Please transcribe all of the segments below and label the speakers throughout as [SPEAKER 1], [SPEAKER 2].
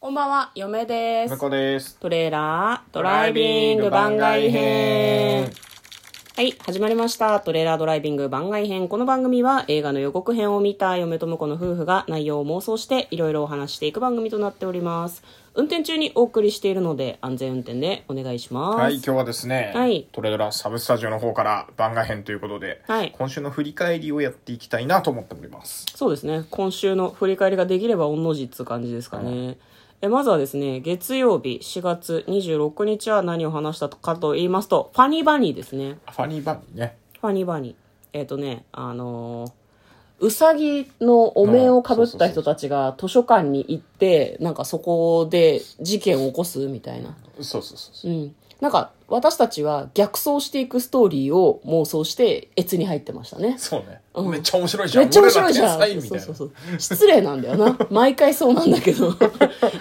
[SPEAKER 1] こんばんは、嫁です
[SPEAKER 2] 向。こうです。
[SPEAKER 1] トレーラードライビング番外編。はい、始まりました。トレーラードライビング番外編。この番組は映画の予告編を見た嫁と婿の夫婦が内容を妄想していろいろお話していく番組となっております。運転中にお送りしているので安全運転でお願いします。
[SPEAKER 2] はい、今日はですね、
[SPEAKER 1] はい
[SPEAKER 2] トレドラサブスタジオの方から番外編ということで、
[SPEAKER 1] はい
[SPEAKER 2] 今週の振り返りをやっていきたいなと思っております。
[SPEAKER 1] そうですね。今週の振り返りができれば御の字っつう感じですかね。えまずはですね、月曜日4月26日は何を話したかと言いますと、ファニーバニーですね。
[SPEAKER 2] ファニーバニーね。
[SPEAKER 1] ファニーバニー。えっ、とね、あのーうさぎのお面をかぶった人たちが図書館に行って、なんかそこで事件を起こすみたいな。
[SPEAKER 2] そうそうそうそうう。
[SPEAKER 1] ん。なんか私たちは逆走していくストーリーを妄想して、越に入ってましたね。
[SPEAKER 2] そうね、
[SPEAKER 1] うん
[SPEAKER 2] めっちゃ面白いじゃん。
[SPEAKER 1] めっちゃ面白いじゃん。
[SPEAKER 2] 俺ら天才みたい
[SPEAKER 1] そう
[SPEAKER 2] な
[SPEAKER 1] そうそう。失礼なんだよな。毎回そうなんだけ ど。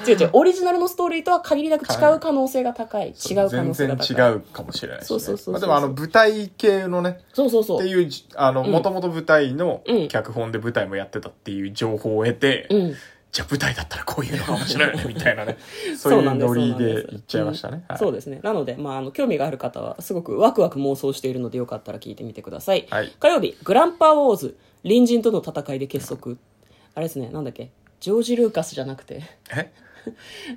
[SPEAKER 1] 違う違う。オリジナルのストーリーとは限りなく違う可能性が高い。違う可能性が高い。
[SPEAKER 2] 全然違うかもしれないし、ね。
[SPEAKER 1] そうそうそうそう
[SPEAKER 2] まあ、でもあの舞台系のね、
[SPEAKER 1] そうそう
[SPEAKER 2] っ
[SPEAKER 1] そ
[SPEAKER 2] て
[SPEAKER 1] う。
[SPEAKER 2] いうじ、あの、もともと舞台の
[SPEAKER 1] うん
[SPEAKER 2] 脚本で舞台もやってたっていう情報を得て、
[SPEAKER 1] うん。
[SPEAKER 2] じゃあ舞台だったらこういうのが面白いよね、みたいなね。
[SPEAKER 1] そ
[SPEAKER 2] そ
[SPEAKER 1] う
[SPEAKER 2] いう
[SPEAKER 1] うなんです
[SPEAKER 2] ノリ
[SPEAKER 1] そうなん
[SPEAKER 2] です行っちゃいましたね。
[SPEAKER 1] うん
[SPEAKER 2] はい
[SPEAKER 1] そうですね。なので、まあ、あの、興味がある方は、すごくワクワク妄想しているので、よかったら聞いてみてください。
[SPEAKER 2] はい
[SPEAKER 1] 火曜日、グランパーウォーズ、隣人との戦いで結束。あれですね、なんだっけ、ジョージ・ルーカスじゃなくて、
[SPEAKER 2] え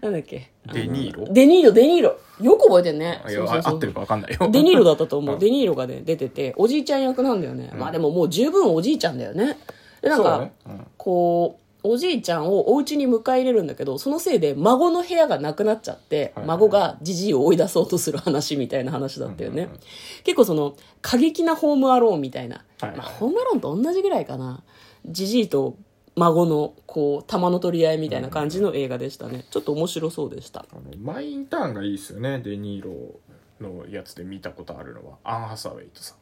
[SPEAKER 1] なんだっけ。あの
[SPEAKER 2] デニーロ
[SPEAKER 1] デニーロ、デニーロ。よく覚えてんね。
[SPEAKER 2] い
[SPEAKER 1] そ
[SPEAKER 2] や
[SPEAKER 1] うそう
[SPEAKER 2] あ
[SPEAKER 1] そう
[SPEAKER 2] 合ってるか分かんないよ。
[SPEAKER 1] デニ ーロだったと思
[SPEAKER 2] う
[SPEAKER 1] う。
[SPEAKER 2] ん
[SPEAKER 1] デニーロがね、出てて、おじいちゃん役なんだよね。まあでももう十分おじいちゃんだよね。で、なん
[SPEAKER 2] そう
[SPEAKER 1] か、
[SPEAKER 2] だねうん
[SPEAKER 1] こう、おじいちゃんをお家に迎え入れるんだけど、そのせいで孫の部屋がなくなっちゃって、
[SPEAKER 2] はい
[SPEAKER 1] 孫がじじいを追い出そうとする話みたいな話だったよね。
[SPEAKER 2] うんうんうん
[SPEAKER 1] 結構その、過激なホームアローンみたいな。
[SPEAKER 2] はい
[SPEAKER 1] まあ、ホームアローンと同じぐらいかな。じじいと孫の、こう、玉の取り合いみたいな感じの映画でしたね。ちょっと面白そうでした。
[SPEAKER 2] あのマイインターンがいいですよねデ・ニーロのやつで見たことあるのはアン・ハサウェイとさ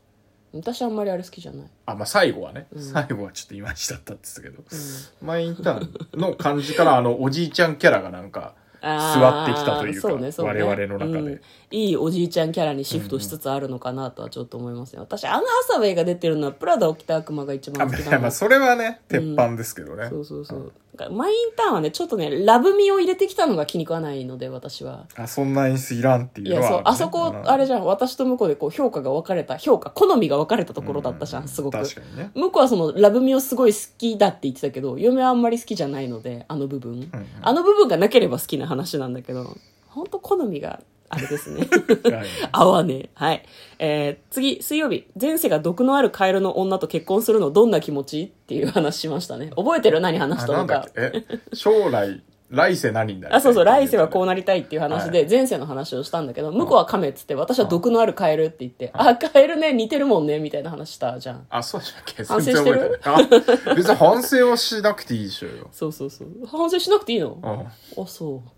[SPEAKER 1] 私あんまりあれ好きじゃない。
[SPEAKER 2] あまあ最後はね、
[SPEAKER 1] うん
[SPEAKER 2] 最後はちょっといまいちだったって言ってたけど、マイインターンの感じからあのおじいちゃんキャラがなんか座
[SPEAKER 1] あ
[SPEAKER 2] っ
[SPEAKER 1] ー
[SPEAKER 2] てきたというか
[SPEAKER 1] そうねそうね
[SPEAKER 2] 我々の中
[SPEAKER 1] う
[SPEAKER 2] で
[SPEAKER 1] んいいおじいちゃんキャラにシフトしつつあるのかなとはちょっと思いますね、私アナ・ハサウェイが出てるのはプラダを着た悪魔が一
[SPEAKER 2] あ
[SPEAKER 1] 番好
[SPEAKER 2] ま
[SPEAKER 1] きな
[SPEAKER 2] あ
[SPEAKER 1] ん
[SPEAKER 2] ま
[SPEAKER 1] だ
[SPEAKER 2] あそれはね鉄板ですけどね、
[SPEAKER 1] そうそうそうだからマインターンはねちょっとねラブミを入れてきたのが気に食わないので私は
[SPEAKER 2] あそんな演出いらんってい
[SPEAKER 1] いうや
[SPEAKER 2] のは
[SPEAKER 1] そうあそこあれ
[SPEAKER 2] じ
[SPEAKER 1] じゃん私と向こうでこう評価が分かれた評価好みが分かれたところだったじゃんすごく
[SPEAKER 2] 確かにね
[SPEAKER 1] 向こうはそのラブミをすごい好きだって言ってたけど嫁はあんまり好きじゃないのであの部分、
[SPEAKER 2] うんうん
[SPEAKER 1] あの部分がなければ好きな話なんだけど本当好みがあれですね
[SPEAKER 2] はい
[SPEAKER 1] 合わねえはい、えー次水曜日前世が毒のあるカエルの女と結婚するのどんな気持ちっていう話しましたね覚えてる何話し
[SPEAKER 2] あ
[SPEAKER 1] た
[SPEAKER 2] な
[SPEAKER 1] の
[SPEAKER 2] んだ
[SPEAKER 1] か
[SPEAKER 2] っけえ将来来世何になる
[SPEAKER 1] あそうそう来世はこう
[SPEAKER 2] な
[SPEAKER 1] なりたいっていう話
[SPEAKER 2] は
[SPEAKER 1] で前世の話をしたんだけど向こうは亀っつって私は毒のあるカエルって言ってあカエルね似てるもんねみたいな話したじゃん
[SPEAKER 2] あそうでしたっけ
[SPEAKER 1] 反省してる
[SPEAKER 2] 全然覚えてないあ別に反省はしなくていいでしょうよ
[SPEAKER 1] そうそうそう反省しなくていいの
[SPEAKER 2] うん
[SPEAKER 1] あそう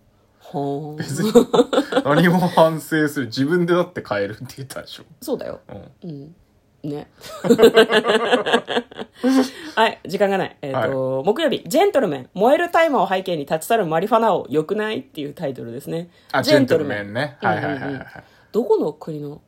[SPEAKER 1] はーん
[SPEAKER 2] 別に何も反省する自分でだって変えるって言ったでしょ、
[SPEAKER 1] そうだよ
[SPEAKER 2] うん、
[SPEAKER 1] うん。 ね。はい、時間がない。えっ、と、木曜日、ジェントルメン、燃える大麻を背景に立ち去るマリファナを良くないっていうタイトルですね。
[SPEAKER 2] あジェントルメンね
[SPEAKER 1] うんうんう
[SPEAKER 2] は
[SPEAKER 1] ん
[SPEAKER 2] いはいはいはい
[SPEAKER 1] どこの国の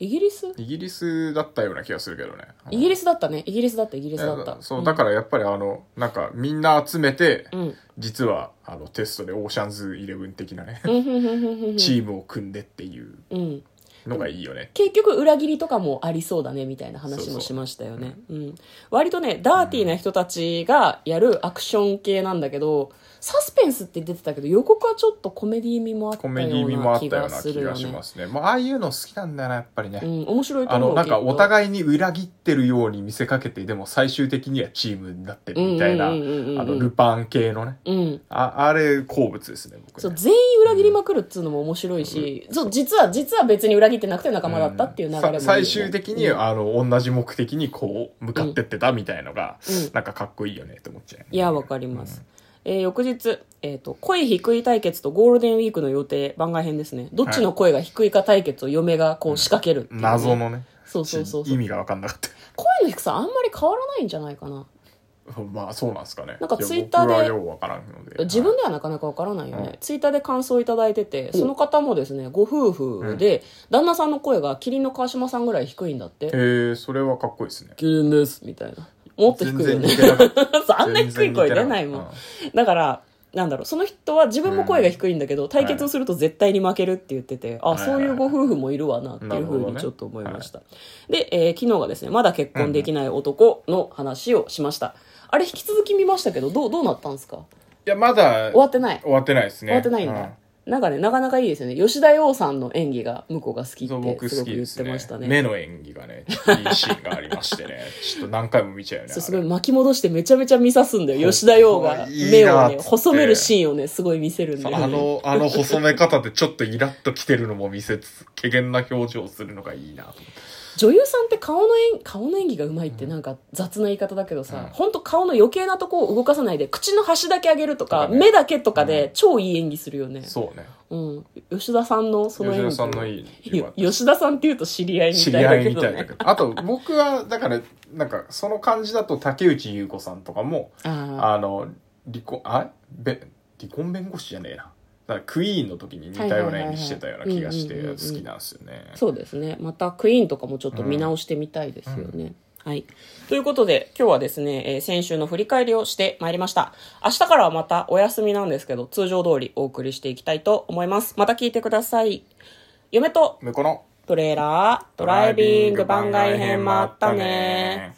[SPEAKER 1] イギリス
[SPEAKER 2] イギリスだったような気がするけどね
[SPEAKER 1] イギリスだったね。イギリスだった、イギリスだっ
[SPEAKER 2] いや
[SPEAKER 1] た。
[SPEAKER 2] そうだからやっぱりあのなんかみんな集めて、
[SPEAKER 1] ん
[SPEAKER 2] 実はあのテストでオーシャンズイレブン的なね、
[SPEAKER 1] うんふんふんふんふん
[SPEAKER 2] チームを組んでっていう
[SPEAKER 1] うん。
[SPEAKER 2] のがいいよね、
[SPEAKER 1] 結局裏切りとかもありそうだねみたいな話もしましたよねうん、割とねダーティーな人たちがやるアクション系なんだけど、サスペンスって出てたけど予告はちょっとコメディ味もあった
[SPEAKER 2] コ
[SPEAKER 1] よ
[SPEAKER 2] メディ味
[SPEAKER 1] う
[SPEAKER 2] も
[SPEAKER 1] な
[SPEAKER 2] あった
[SPEAKER 1] 気
[SPEAKER 2] よう
[SPEAKER 1] が
[SPEAKER 2] な
[SPEAKER 1] す
[SPEAKER 2] 気
[SPEAKER 1] るよ
[SPEAKER 2] がし
[SPEAKER 1] ね
[SPEAKER 2] ますねまあああいうの好きなんだよなやっぱりね、
[SPEAKER 1] うん、面白いと
[SPEAKER 2] あ
[SPEAKER 1] 思う
[SPEAKER 2] のなんか
[SPEAKER 1] きっと
[SPEAKER 2] お互いに裏切ってるように見せかけてでも最終的にはチームになってるみたいなあ
[SPEAKER 1] うんうんうんうんうん
[SPEAKER 2] のルパン系のね
[SPEAKER 1] うん、
[SPEAKER 2] ああれ好物ですね僕ね
[SPEAKER 1] そう全員裏切りまくるっつうのも面白いし、そう実は実は別に裏切ってなくて仲間だったっていう流れもいいよね、
[SPEAKER 2] さ最終的に、
[SPEAKER 1] うん
[SPEAKER 2] あの同じ目的にこう向かってってたみたいのが、
[SPEAKER 1] うん
[SPEAKER 2] なんかかっこいいよねって思っちゃうよね、
[SPEAKER 1] いや、わかります。えー翌日、えっ、と、声低い対決とゴールデンウィークの予定、番外編ですね。どっちの声が低いか対決を嫁がこう仕掛けるっていうね、
[SPEAKER 2] 謎のね
[SPEAKER 1] そうそうそうそう
[SPEAKER 2] 意味が分かんなかった
[SPEAKER 1] 声の低さあんまり変わらないんじゃないかな。
[SPEAKER 2] まあそうなんですかね
[SPEAKER 1] なんか Twitter で
[SPEAKER 2] いや僕はよう分からんので
[SPEAKER 1] 自分
[SPEAKER 2] で
[SPEAKER 1] ではなかなかわからないよね、
[SPEAKER 2] うん
[SPEAKER 1] ツイッターで感想いただいててその方もですねご夫婦で旦那さんの声がキリンの川島さんぐらい低いんだって
[SPEAKER 2] えー、それはかっこいいですね
[SPEAKER 1] 「キリンです」みたいなもっと低いよ
[SPEAKER 2] 全然
[SPEAKER 1] ね
[SPEAKER 2] 似てなかった
[SPEAKER 1] そうあんな低い声出ないもん、
[SPEAKER 2] 全然似てなかった
[SPEAKER 1] だからなんだろうその人は自分も声が低いんだけど、対決をすると絶対に負けるって言ってて、
[SPEAKER 2] い
[SPEAKER 1] あそういうご夫婦もいるわなっていうふうにちょっと思いました、で、えー昨日がですねまだ結婚できない男の話をしました、あれ引き続き見ましたけどどうどうなったんですか
[SPEAKER 2] いや、まだ
[SPEAKER 1] 終わってない、
[SPEAKER 2] 終わってないですね。
[SPEAKER 1] 終わってないんだ、なんかねなかなかいいですよね吉田羊さんの演技が向こうが好きっ
[SPEAKER 2] うんそう、
[SPEAKER 1] て
[SPEAKER 2] 僕
[SPEAKER 1] すご
[SPEAKER 2] 好
[SPEAKER 1] く
[SPEAKER 2] き
[SPEAKER 1] 言
[SPEAKER 2] で
[SPEAKER 1] っ
[SPEAKER 2] す
[SPEAKER 1] てました
[SPEAKER 2] ね。
[SPEAKER 1] ね
[SPEAKER 2] 目の演技がね、ちょっといいシーンがありまして ね、ちょっと何回も見ちゃうよね。
[SPEAKER 1] そうす
[SPEAKER 2] あ
[SPEAKER 1] ごい
[SPEAKER 2] れ
[SPEAKER 1] 巻き戻してめちゃめちゃ見さすんだよ吉田羊が
[SPEAKER 2] いい
[SPEAKER 1] 目
[SPEAKER 2] な
[SPEAKER 1] を
[SPEAKER 2] っ
[SPEAKER 1] ね
[SPEAKER 2] つって
[SPEAKER 1] 細めるシーンをねすごい見せるんだ
[SPEAKER 2] そう
[SPEAKER 1] よ
[SPEAKER 2] あ
[SPEAKER 1] ね
[SPEAKER 2] の、あの細め方でちょっとイラッときてるのも見せつつ、怪げな表情をするのがいいなと思って。
[SPEAKER 1] 女優さんって顔の演顔の演技がうまいってなんか雑な言い方だけど
[SPEAKER 2] うん
[SPEAKER 1] さ、ほん、本当顔の余計なとこを動かさないで口の端だけ上げるとか
[SPEAKER 2] とかね
[SPEAKER 1] 目だけとかで
[SPEAKER 2] うん
[SPEAKER 1] 超いい演技するよね、
[SPEAKER 2] そうね。
[SPEAKER 1] うん、吉田さんのその
[SPEAKER 2] 吉
[SPEAKER 1] 演
[SPEAKER 2] 田
[SPEAKER 1] 技
[SPEAKER 2] さんのいい。
[SPEAKER 1] よ吉田さんっていうと知り合いみ
[SPEAKER 2] 知
[SPEAKER 1] た
[SPEAKER 2] り
[SPEAKER 1] い
[SPEAKER 2] 合
[SPEAKER 1] だ
[SPEAKER 2] い
[SPEAKER 1] け
[SPEAKER 2] み
[SPEAKER 1] ど
[SPEAKER 2] たいだ
[SPEAKER 1] ね
[SPEAKER 2] けど。あと、僕は、だから、なんか、その感じだと、竹内優子さんとかも、
[SPEAKER 1] あ
[SPEAKER 2] あの、離婚、あべ離婚弁護士じゃねえな。だからクイーンの時に似たような演技してたような気がして、
[SPEAKER 1] はいはいはいはいうんうんうんうん
[SPEAKER 2] 好きなんですよね。
[SPEAKER 1] あそうですねまたクイーンとかもちょっと見直してみたいですよね、はい。ということで、今日はですね、えー先週の振り返りをしてまいりました。明日からはまたお休みなんですけど、通常通りお送りしていきたいと思います。また聞いてください。嫁と
[SPEAKER 2] 向こうの
[SPEAKER 1] トレーラードライビング番外編もあったね。